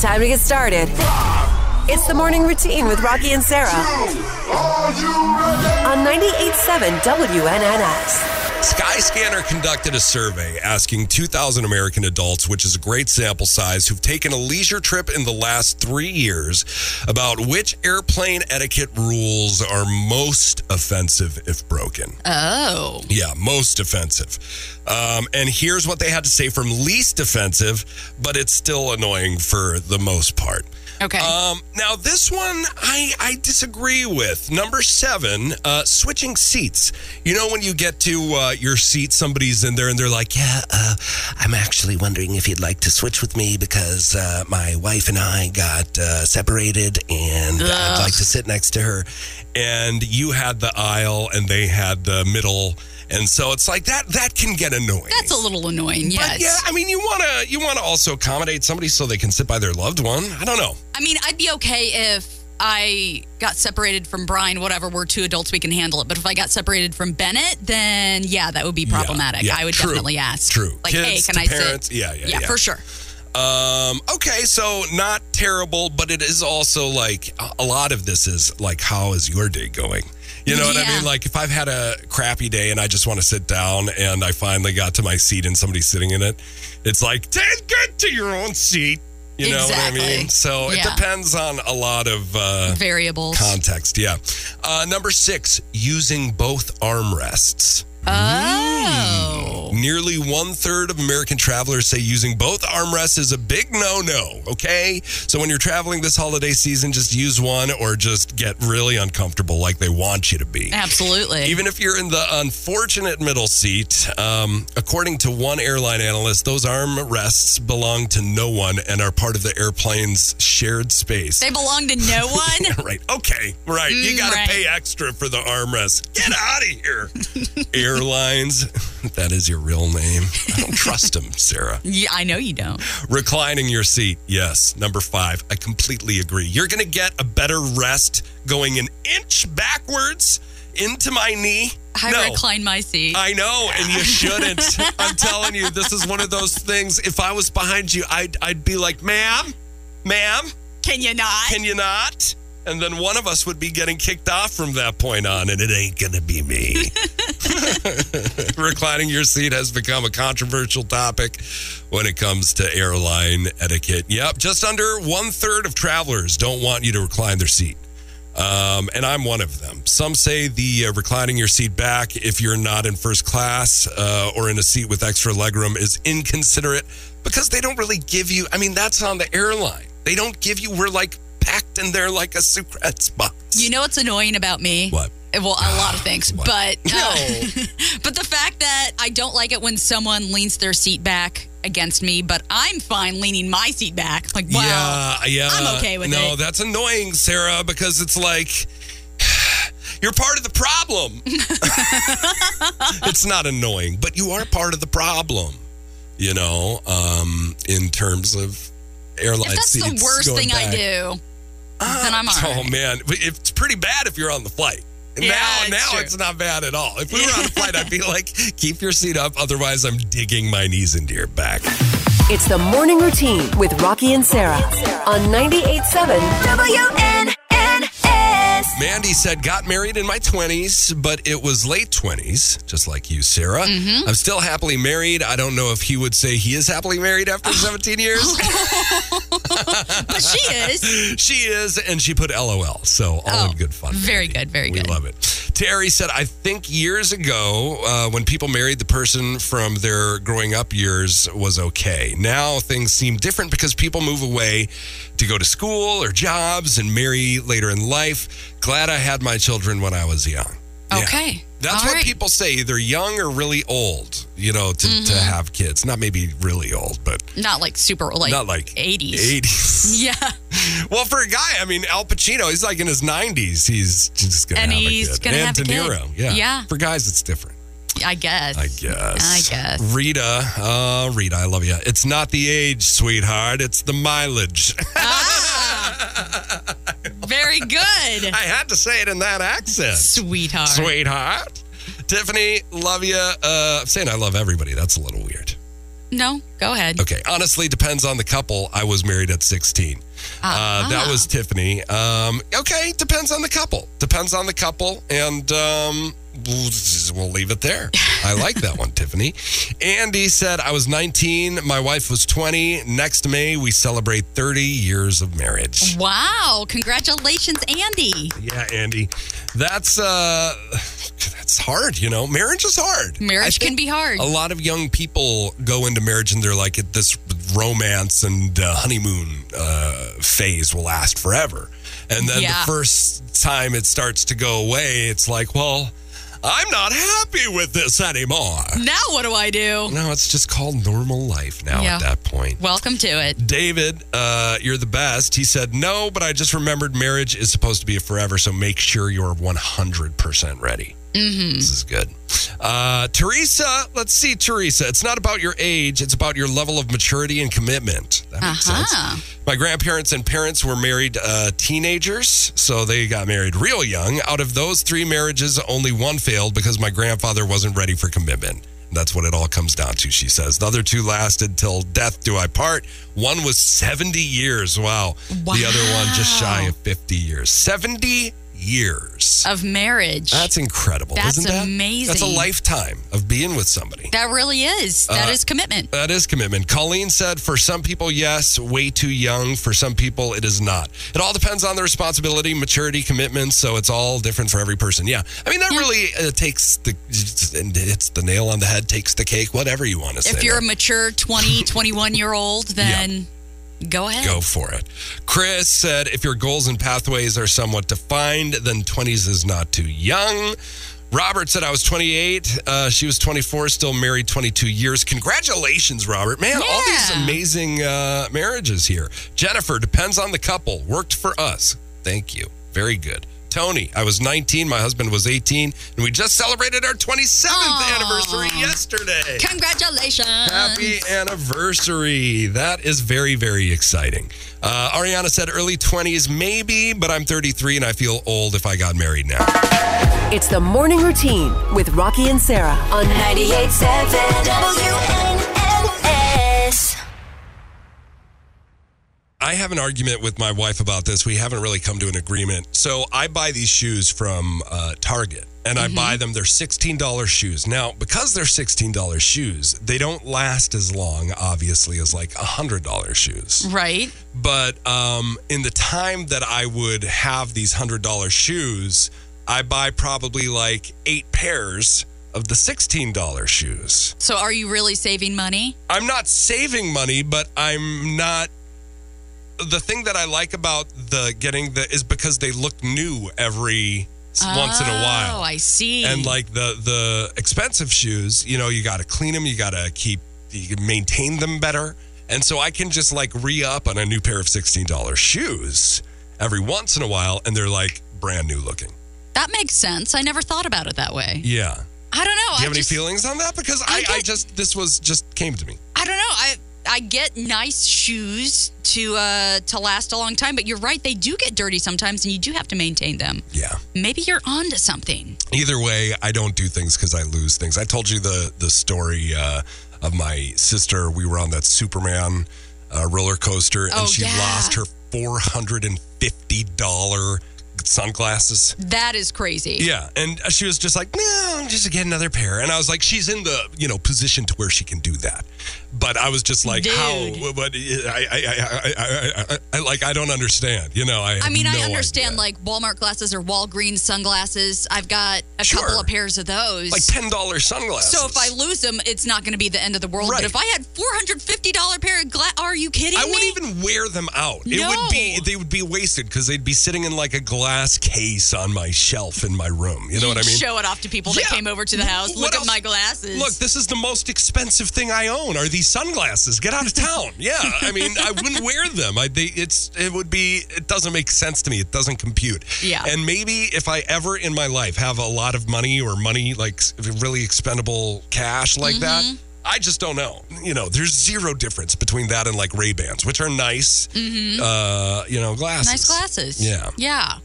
Time to get started. It's the morning routine with Rocky and Sarah on 98.7 WNNX. Skyscanner conducted a survey asking 2,000 American adults, which is a great sample size, who've taken a leisure trip in the last three years, about which airplane etiquette rules are most offensive if broken. Oh. Yeah, most offensive. Um, and here's what they had to say from least offensive, but it's still annoying for the most part. Okay. Um, now this one I, I disagree with. Number seven, uh, switching seats. You know when you get to uh, your seat, somebody's in there and they're like, "Yeah, uh, I'm actually wondering if you'd like to switch with me because uh, my wife and I got uh, separated, and I'd like to sit next to her." And you had the aisle, and they had the middle, and so it's like that. That can get annoying. That's a little annoying, yes. But yeah, I mean, you wanna you wanna also accommodate somebody so they can sit by their loved one. I don't know. I mean, I'd be okay if I got separated from Brian, whatever, we're two adults, we can handle it. But if I got separated from Bennett, then yeah, that would be problematic. yeah, I would true, definitely ask. true. Like, Kids hey, can to I sit? parents, yeah, yeah, yeah. for sure. Um, okay, so not terrible, but it is also like a- a lot of this is like, how is your day going? You know what I Yeah. mean? Like, if I've had a crappy day and I just want to sit down and I finally got to my seat and somebody's sitting in it, it's like, then get to your own seat. You know what I mean? Exactly. So Yeah. it depends on a lot of uh, Variables. context. Yeah. Uh, number six, using both armrests. oh. Nearly one third of American travelers say using both armrests is a big no no, okay? So when you're traveling this holiday season, just use one or just get really uncomfortable like they want you to be. Absolutely. Even if you're in the unfortunate middle seat, um, according to one airline analyst, those armrests belong to no one and are part of the airplane's shared space. they belong to no one. Right. Okay. Right. you Mm, got to right. pay extra for the armrest. Get out of here. Airlines. That is your real name. I don't trust them, Sarah. yeah, I know you don't. Reclining your seat. Yes. Number five. I completely agree. You're going to get a better rest going an inch backwards into my knee. I no. recline my seat. I know, and you shouldn't. I'm telling you, this is one of those things. If I was behind you, I'd, I'd be like, ma'am, ma'am, can you not? can you not? And then one of us would be getting kicked off from that point on, and it ain't gonna be me. Reclining your seat has become a controversial topic when it comes to airline etiquette. Yep, just under one third of travelers don't want you to recline their seat. Um, and I'm one of them. Some say the uh, reclining your seat back if you're not in first class uh, or in a seat with extra legroom is inconsiderate because they don't really give you. I mean, that's on the airline. They don't give you. We're like packed in there like a secret box. You know what's annoying about me? What? Well, a lot of things, What? but uh, No. but the fact that I don't like it when someone leans their seat back against me, but I'm fine leaning my seat back. Like, wow, Yeah, yeah. I'm okay with No, it. that's annoying, Sarah, because it's like you're part of the problem. it's not annoying, but you are part of the problem. You know, um, in terms of airline if that's seats. the worst going thing I back. do, then I'm all Oh right. man, it's pretty bad if you're on the flight. Yeah, now, it's now true. it's not bad at all. If we were on a flight, I'd be like, keep your seat up. Otherwise, I'm digging my knees into your back. It's the morning routine with Rocky and Sarah on 98.7 WNNX. Mandy said, got married in my 20s, but it was late 20s, just like you, Sarah. I'm still happily married. I don't know if he would say he is happily married after 17 years. But she is. she is, and she put LOL. So all Oh, in good fun. very Mandy. good, very we good. love it. Terry said, I think years ago, uh, when people married the person from their growing up years was okay. Now things seem different because people move away to go to school or jobs and marry later in life. Glad I had my children when I was young. Yeah. Okay, That's All what right. people say, either young or really old, you know, to, to Mm-hmm. have kids. Not maybe really old, but Not like super, like not like 80s. 80s. Yeah, Well, for a guy, I mean, Al Pacino, he's like in his 90s. He's just going to And have he's a kid. gonna and have De a kid. Niro. Yeah. Yeah. For guys, it's different. I guess. I guess. I guess. Rita, uh, Rita, I love you. It's not the age, sweetheart. It's the mileage. Very good, I had to say it in that accent. sweetheart. Sweetheart. Tiffany, love you. Uh, I'm saying I love everybody. That's a little weird. No, go ahead. Okay. Honestly, depends on the couple. I was married at 16. Uh, that was Tiffany. Um, okay. Depends on the couple. Depends on the couple. And um, we'll just- we'll leave it there. I like that one, Tiffany. Andy said, I was 19. My wife was 20. Next May, we celebrate 30 years of Mm-hmm. marriage. Wow. Congratulations, Andy. Yeah, Andy. That's. Uh, that's hard, you know. Marriage is hard. Marriage can be hard. A lot of young people go into marriage and they're like, this romance and uh, honeymoon uh, phase will last forever. And then Yeah. the first time it starts to go away, it's like, well, I'm not happy with this anymore. Now what do I do? No, it's just called normal life now Yeah. at that point. Welcome to it. David, uh, you're the best. He said, No, but I just remembered marriage is supposed to be a forever, so make sure you're 100% ready. Mm-hmm. This is good. Uh, Teresa, let's see, Teresa. It's not about your age, it's about your level of maturity and commitment. That makes Uh-huh. sense. My grandparents and parents were married uh, teenagers, so they got married real young. Out of those three marriages, only one failed because my grandfather wasn't ready for commitment. That's what it all comes down to, she says. The other two lasted till death do I part. One was 70 years. Wow. The other one just shy of 50 years. 70 years. Of marriage. That's incredible. That's isn't that? amazing. That's a lifetime of being with somebody. that really is. Uh, That is commitment. That is commitment. Colleen said, for some people, yes, way too young. For some people, it is not. It all depends on the responsibility, maturity, commitment. So it's all different for every person. Yeah. I mean, that really uh, takes the, and hits the nail on the head, takes the cake, whatever you want to say. If you're there. a mature 20, 21 year old, then go ahead. Go for it. Chris said, if your goals and pathways are somewhat defined, then 20s is not too young. Robert said, I was 28. Uh, she was 24, still married 22 years. Congratulations, Robert. Man, all these Yeah. amazing uh, marriages here. Jennifer, depends on the couple. Worked for us. Thank you. Very good. Tony, I was 19. My husband was 18. And we just celebrated our 27th Aw. anniversary yesterday. Congratulations. Happy anniversary. That is very, very exciting. Uh, Ariana said early 20s, maybe, but I'm 33 and I feel old if I got married now. It's the morning routine with Rocky and Sarah on 98.7 WNNS. I have an argument with my wife about this. We haven't really come to an agreement. So I buy these shoes from uh, Target and I buy them. They're $16 shoes. Now, because they're $16 shoes, they don't last as long, obviously, as like $100 shoes. Right? but um, in the time that I would have these hundred dollar shoes, I buy probably like eight pairs of the sixteen dollar shoes. So are you really saving money? I'm not saving money, but I'm not. The thing that I like about the getting the is because they look new every s- once in a while Oh, I see. and like the the expensive shoes you know you got to clean them you got to keep you can maintain them better and so i can just like re-up on a new pair of $16 shoes every once in a while and they're like brand new looking that makes sense. I never thought about it that way. yeah do you I don't know. have I any just, feelings on that because I I, I get- just this was just came to me I don't know. I I get nice shoes to uh to last a long time, but you're right. They do get dirty sometimes, and you do have to maintain them. yeah Maybe you're onto something. either way i don't do things because i lose things i told you the the story uh, of my sister we were on that superman uh, roller coaster and Oh, she yeah. lost her $450 sunglasses That is crazy. yeah and she was just like no i'm just get another pair and i was like she's in the you know position to where she can do that but i was just like how Dude. but I, I, I, I, I, I, I like i don't understand you know i, I mean, I no understand idea. like Walmart glasses or Walgreens sunglasses. I've got a Sure. couple of pairs of those. like $10 sunglasses so if I lose them, it's not going to be the end of the world. Right. But if I had four hundred fifty dollar pair of glass, are you kidding I me? wouldn't even wear them out. It would No. be they would be wasted because they'd be sitting in like a glass case on my shelf in my room. You know what I mean? Show it off to people Yeah. that came over to the house. What Look else? at my glasses. Look, this is the most expensive thing I own are these sunglasses. Get out of town. Yeah, I mean, I wouldn't wear them. I they, it's it would be it doesn't make sense to me. It doesn't compute. Yeah. And maybe if I ever in my life have a lot of money or money like s- really expendable cash Mm-hmm. like that. I just don't know. You know, there's zero difference between that and like Ray Bans, which are nice, uh, you know, glasses. Mm-hmm. Nice glasses. Yeah. Yeah.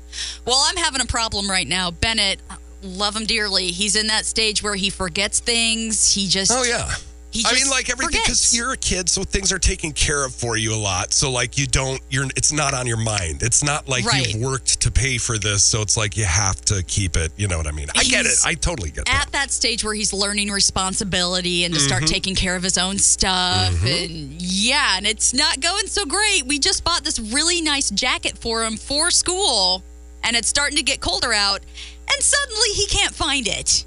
Well, I'm having a problem right now. Bennett, love him dearly. He's in that stage where he forgets things. He just Oh yeah. He I just mean, like everything, because forgets. you're a kid, so things are taken care of for you a lot. So, like, you don't, you're, it's not on your mind. It's not like Right. you've worked to pay for this. So, it's like you have to keep it. You know what I mean? I get it. He's I totally get that. at that stage where he's learning responsibility and to start Mm-hmm. taking care of his own stuff and yeah and it's not going so great we just bought this really nice jacket for him for school and it's starting to get colder out and suddenly he can't find it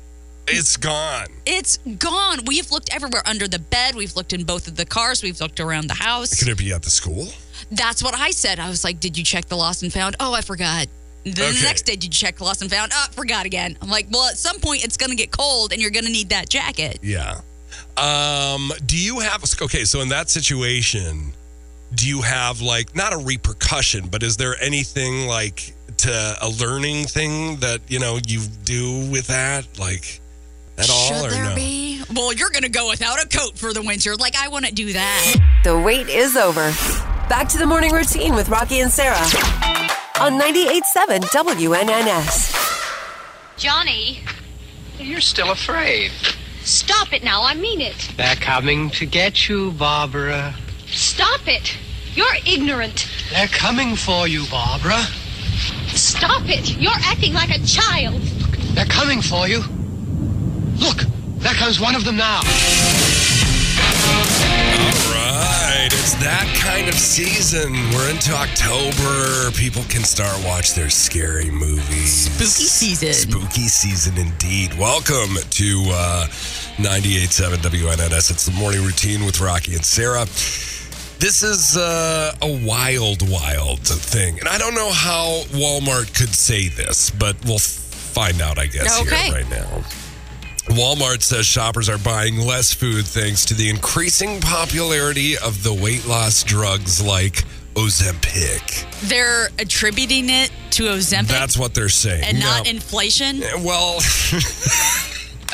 It's gone. it's gone we've looked everywhere under the bed we've looked in both of the cars we've looked around the house Could it be at the school? that's what i said i was like did you check the lost and found oh i forgot then Okay. the next day, did you check lost and found? Oh, forgot again. I'm like, well, at some point, it's going to get cold and you're going to need that jacket. Yeah. Um, do you have okay, so in that situation, do you have like not a repercussion, but is there anything like to a learning thing that, you know, you do with that? Like at all or Should there no? be? Well, you're going to go without a coat for the winter. Like, I wouldn't do that. The wait is over. Back to the morning routine with Rocky and Sarah on 98.7 WNNS. Johnny, You're still afraid. stop it now. I mean it. They're coming to get you, Barbara. Stop it. You're ignorant. They're coming for you, Barbara. Stop it. You're acting like a child. They're coming for you. Look, there comes one of them now. Right. It's that kind of season. We're into October. People can start watch their scary movies. Spooky season. Spooky season indeed. Welcome to uh 987 WNNS. It's the morning routine with Rocky and Sarah. This is uh, a wild, wild thing. And I don't know how Walmart could say this, but we'll f- find out, I guess, Okay. here right now. Walmart says shoppers are buying less food thanks to the increasing popularity of the weight loss drugs like Ozempic. They're attributing it to Ozempic That's what they're saying. and not Now- inflation. well,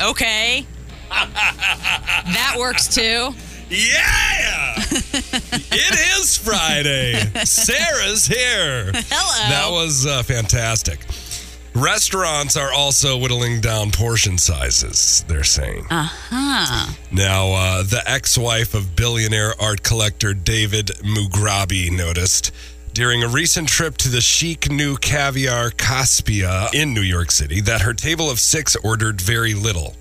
Okay. that works too. yeah! it is Friday. Sarah's here. That Hello. was uh, fantastic. Restaurants are also whittling down portion sizes, they're saying. huh. Now, uh, the ex wife of billionaire art collector David Mugrabi noticed during a recent trip to the chic new caviar Caspia in New York City that her table of six ordered very little.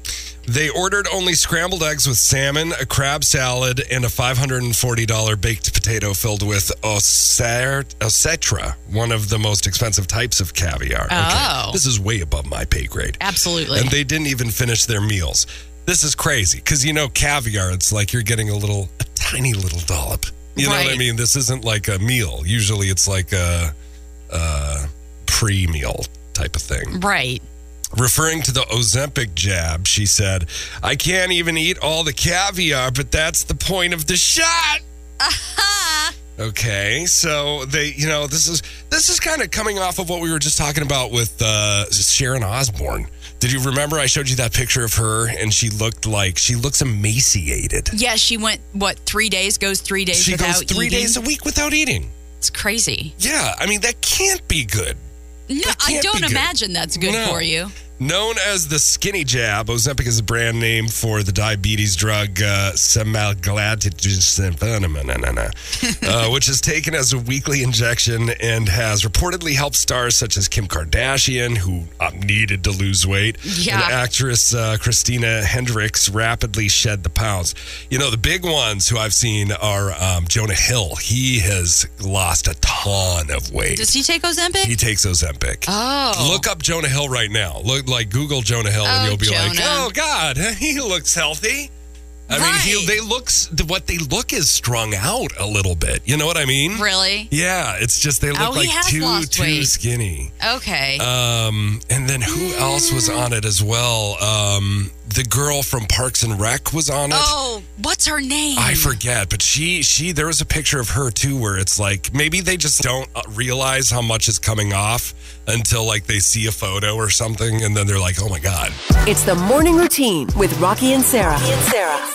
They ordered only scrambled eggs with salmon, a crab salad, and a $540 baked potato filled with osert- osetra, one of the most expensive types of caviar. Oh. This is way above my pay grade. Absolutely. And they didn't even finish their meals. This is crazy because you know caviar. It's like you're getting a little, a tiny little dollop. You know what I Right. mean? This isn't like a meal. Usually, it's like a, a pre-meal type of thing. right. Referring to the Ozempic jab, she said, "I can't even eat all the caviar, but that's the point of the shot." Ha. Okay, so they, you know, this is this is kind of coming off of what we were just talking about with uh, Sharon Osbourne. Did you remember I showed you that picture of her and she looked like she looks emaciated. Yeah, she went, what, three days? Goes three days she without goes three eating? days a week without eating. It's crazy. Yeah, I mean that can't be good. No, I can't be don't good. imagine that's good No. for you. Known as the skinny jab, Ozempic is a brand name for the diabetes drug uh, semaglutide, uh, which is taken as a weekly injection and has reportedly helped stars such as Kim Kardashian, who uh, needed to lose weight, Yeah. and actress uh, Christina Hendricks rapidly shed the pounds. You know, the big ones who I've seen are um, Jonah Hill. He has lost a ton of weight. Does he take Ozempic? he takes Ozempic. oh. Look up Jonah Hill right now. Look like Google Jonah Hill, and Oh, you'll be like, Jonah. "Oh God, he looks healthy." I mean, he, Right. they looks what they look is strung out a little bit. You know what I mean? Really? Yeah, it's just they look Oh, he like has too lost too weight. skinny. Okay. Um, and then who else was on it as well? Um, the girl from Parks and Rec was on it. oh, what's her name? I forget, but she she there was a picture of her too where it's like maybe they just don't uh, realize how much is coming off until like they see a photo or something and then they're like, "Oh my god." It's the morning routine with Rocky and Sarah,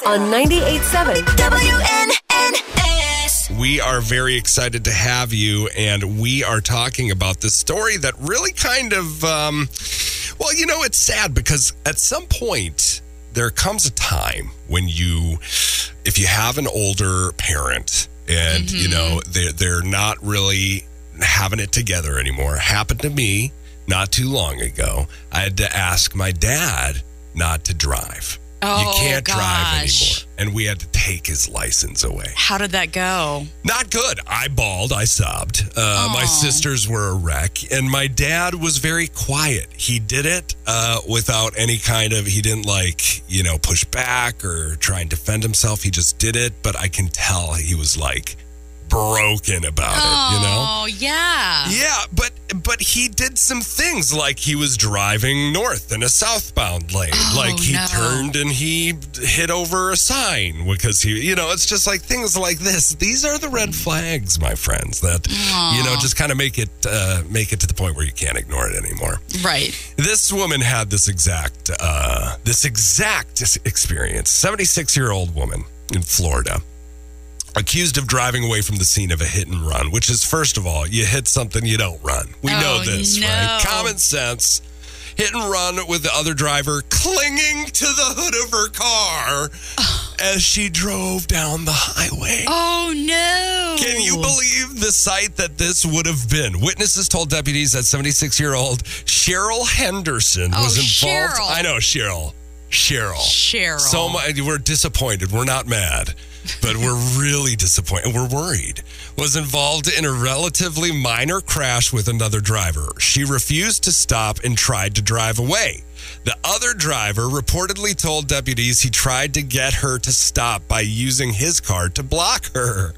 on 98.7 WNNS. We are very excited to have you and we are talking about this story that really kind of um well, you know, it's sad because at some point there comes a time when you, if you have an older parent and Mm-hmm. you know they're they're not really having it together anymore. Happened to me not too long ago. I had to ask my dad not to drive. you Oh, can't drive gosh. anymore, and we had to take his license away How did that go? not good. I bawled. I sobbed. Uh, my sisters were a wreck, and my dad was very quiet. He did it uh, without any kind of. He didn't like you know push back or try and defend himself. He just did it. But I can tell he was like broken about it. You know. Oh, yeah. Yeah, but but he did some things like he was driving north in a southbound lane. like he Oh, no. turned and he hit over a sign because he, you know, it's just like things like this. These are the red flags, my friends, that you know just kind of make it uh, make it to the point where you can't ignore it anymore. Right. This woman had this exact uh, this exact experience. Seventy six year old woman in Florida accused of driving away from the scene of a hit and run. Which is first of all, you hit something you don't run. We know Oh, this, no. right? Common sense. Hit and run with the other driver clinging to the hood of her car as she drove down the highway. Oh, no. Can you believe the sight that this would have been? Witnesses told deputies that 76 year old Cheryl Henderson Oh, was involved. Cheryl. I know, Cheryl. Cheryl. Cheryl. So much, we're disappointed. We're not mad, but we're really disappointed. We're worried. Was involved in a relatively minor crash with another driver. She refused to stop and tried to drive away. The other driver reportedly told deputies he tried to get her to stop by using his car to block her.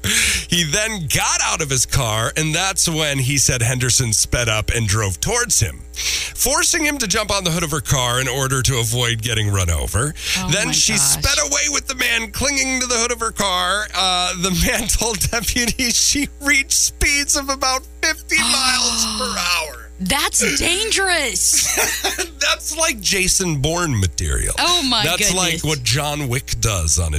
He then got out of his car, and that's when he said Henderson sped up and drove towards him forcing him to jump on the hood of her car in order to avoid getting run over. then my she gosh. sped away with the man clinging to the hood of her car. Uh, the man told deputies she reached speeds of about 50 miles per hour. That's dangerous. That's like Jason Bourne material. Oh, my That's like goodness. what John Wick does on a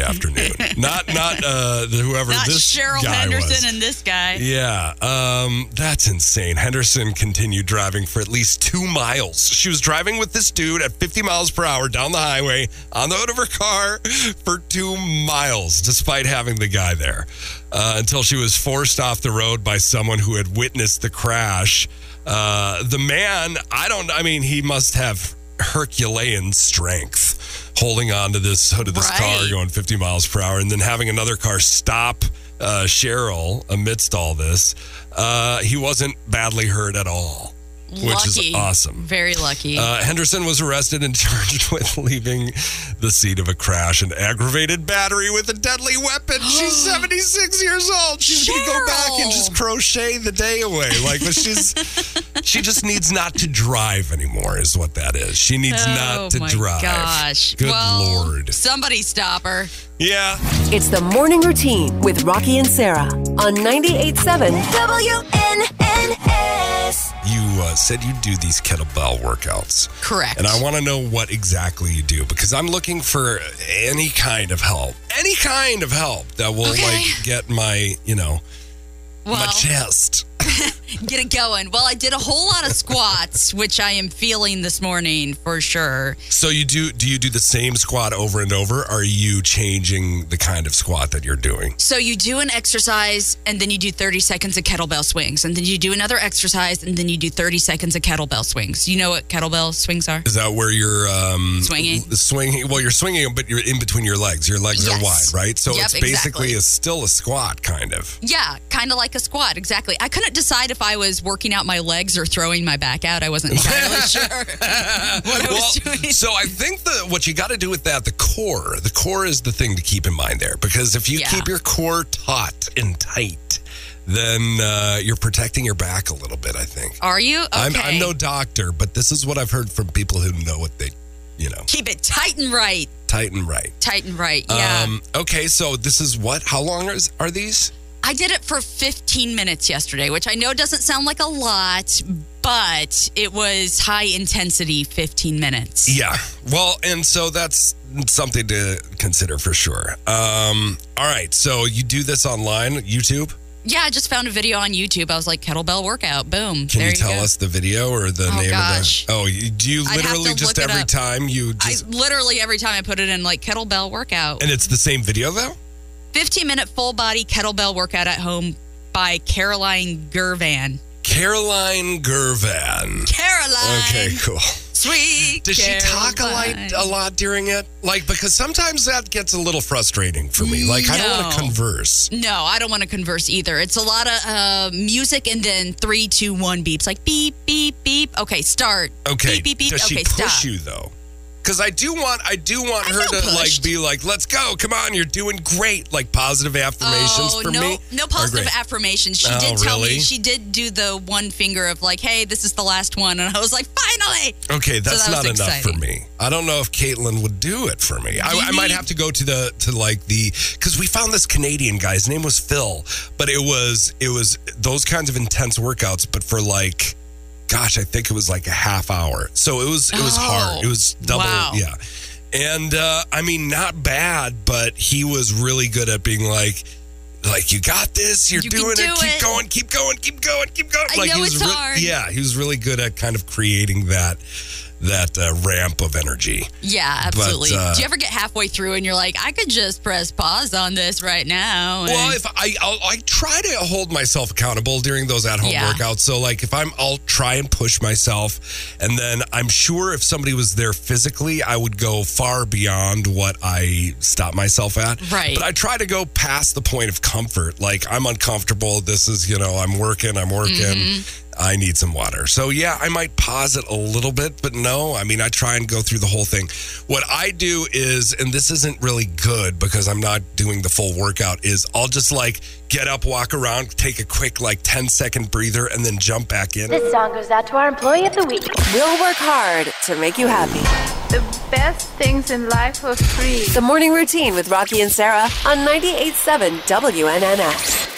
afternoon. Not not uh, whoever Not this Cheryl guy Henderson was. and this guy. Yeah, um, that's insane. Henderson continued driving for at least two miles. She was driving with this dude at 50 miles per hour down the highway on the hood of her car for two miles, despite having the guy there, uh, until she was forced off the road by someone who had witnessed the crash. Uh, the man, I don't, I mean, he must have Herculean strength holding on to this hood of this car Right. going 50 miles per hour and then having another car stop uh, Cheryl amidst all this. Uh, he wasn't badly hurt at all, which Lucky. is awesome. Very lucky. Uh, Henderson was arrested and charged with leaving the scene of a crash and aggravated battery with a deadly weapon. She's 76 years old. She's going to go back and just Cheryl. crochet the day away. Like, but she's she just needs not to drive anymore, is what that is. She needs oh not to my drive. gosh. Good well, lord. Somebody stop her. Yeah. It's the morning routine with Rocky and Sarah on 98.7 WNNS. You uh, said you do these kettlebell workouts. Correct. And I want to know what exactly you do because I'm looking for any kind of help. Any kind of help that will Okay. like get my, you know, my well, chest. get it going. Well, I did a whole lot of squats, which I am feeling this morning for sure. So you do do you do the same squat over and over? Are you changing the kind of squat that you're doing? So you do an exercise and then you do 30 seconds of kettlebell swings and then you do another exercise and then you do 30 seconds of kettlebell swings. You know what kettlebell swings are? Is that where you're um, Swinging. Swinging. Well, you're swinging, but you're in between your legs. Your legs are Yes. wide, right? So Yep, it's basically exactly. a, still a squat, kind of. Yeah, kind of like a squat, exactly. I couldn't decide if I was working out my legs or throwing my back out. I wasn't entirely sure. I well, was doing. so I think that what you got to do with that, the core, the core is the thing to keep in mind there because if you Yeah. keep your core taut and tight, then uh, you're protecting your back a little bit. I think. Are you? Okay. I'm, I'm no doctor, but this is what I've heard from people who know what they, you know, Keep it tight and right. tight and right. Tight and right. Yeah. Um, okay, so this is what? How long is, are these? I did it for 15 minutes yesterday, which I know doesn't sound like a lot, but it was high intensity 15 minutes. Yeah. Well, and so that's something to consider for sure. Um, all right, so you do this online, YouTube. Yeah, I just found a video on YouTube. I was like, kettlebell workout. Boom. Can there you tell go. us the video or the Oh, name gosh. of the? Oh, you, do you I'd have literally to just look it every up. time you I just literally every time I put it in like kettlebell workout. and it's the same video though? 15 minute full body kettlebell workout at home by Caroline Gervan. Caroline Gervan. Caroline. Okay, cool. Sweet. Does she talk a Caroline. lot, a lot during it? Like because sometimes that gets a little frustrating for me. Like I don't want to No. converse. No, I don't want to converse either. It's a lot of uh, music and then three, two, one beeps like beep, beep, beep. Okay, start. Okay. Beep, beep, beep. Does she okay, push stop. you though? Because I do want, I do want I her to feel pushed. like be like, "Let's go, come on, you're doing great." Like positive affirmations oh, for no, me. no are positive great. affirmations. She Oh, did tell really? me she did do the one finger of like, "Hey, this is the last one," and I was like, "Finally!" Okay, that's that was not enough for exciting. me. I don't know if Caitlin would do it for me. I, You I might need- have to go to the to like the because we found this Canadian guy. His name was Phil, but it was it was those kinds of intense workouts, but for like, gosh, I think it was like a half hour. So it was it was Oh, hard. It was double, wow. yeah. And uh, I mean, not bad, but he was really good at being like. Like you got this, you're You can doing it. do Keep it." going, keep going, keep going, keep going. I like know he was it's re- hard. yeah, he was really good at kind of creating that that uh, ramp of energy. Yeah, absolutely. uh, do you ever get halfway through and you're like, "I could just press pause on this right now"? and- Well, if I I'll, I try to hold myself accountable during those at home Yeah. workouts, so like if I'm I'll try and push myself, and then I'm sure if somebody was there physically, I would go far beyond what I stop myself at. Right. But I try to go past the point of comfort. Like I'm uncomfortable. This is you know I'm working. I'm working. I need some water. So, yeah, I might pause it a little bit, but no, I mean, I try and go through the whole thing. What I do is, and this isn't really good because I'm not doing the full workout, is I'll just like get up, walk around, take a quick like 10 second breather, and then jump back in. This song goes out to our employee of the week. We'll work hard to make you happy. The best things in life are free. The morning routine with Rocky and Sarah on 98.7 WNNX.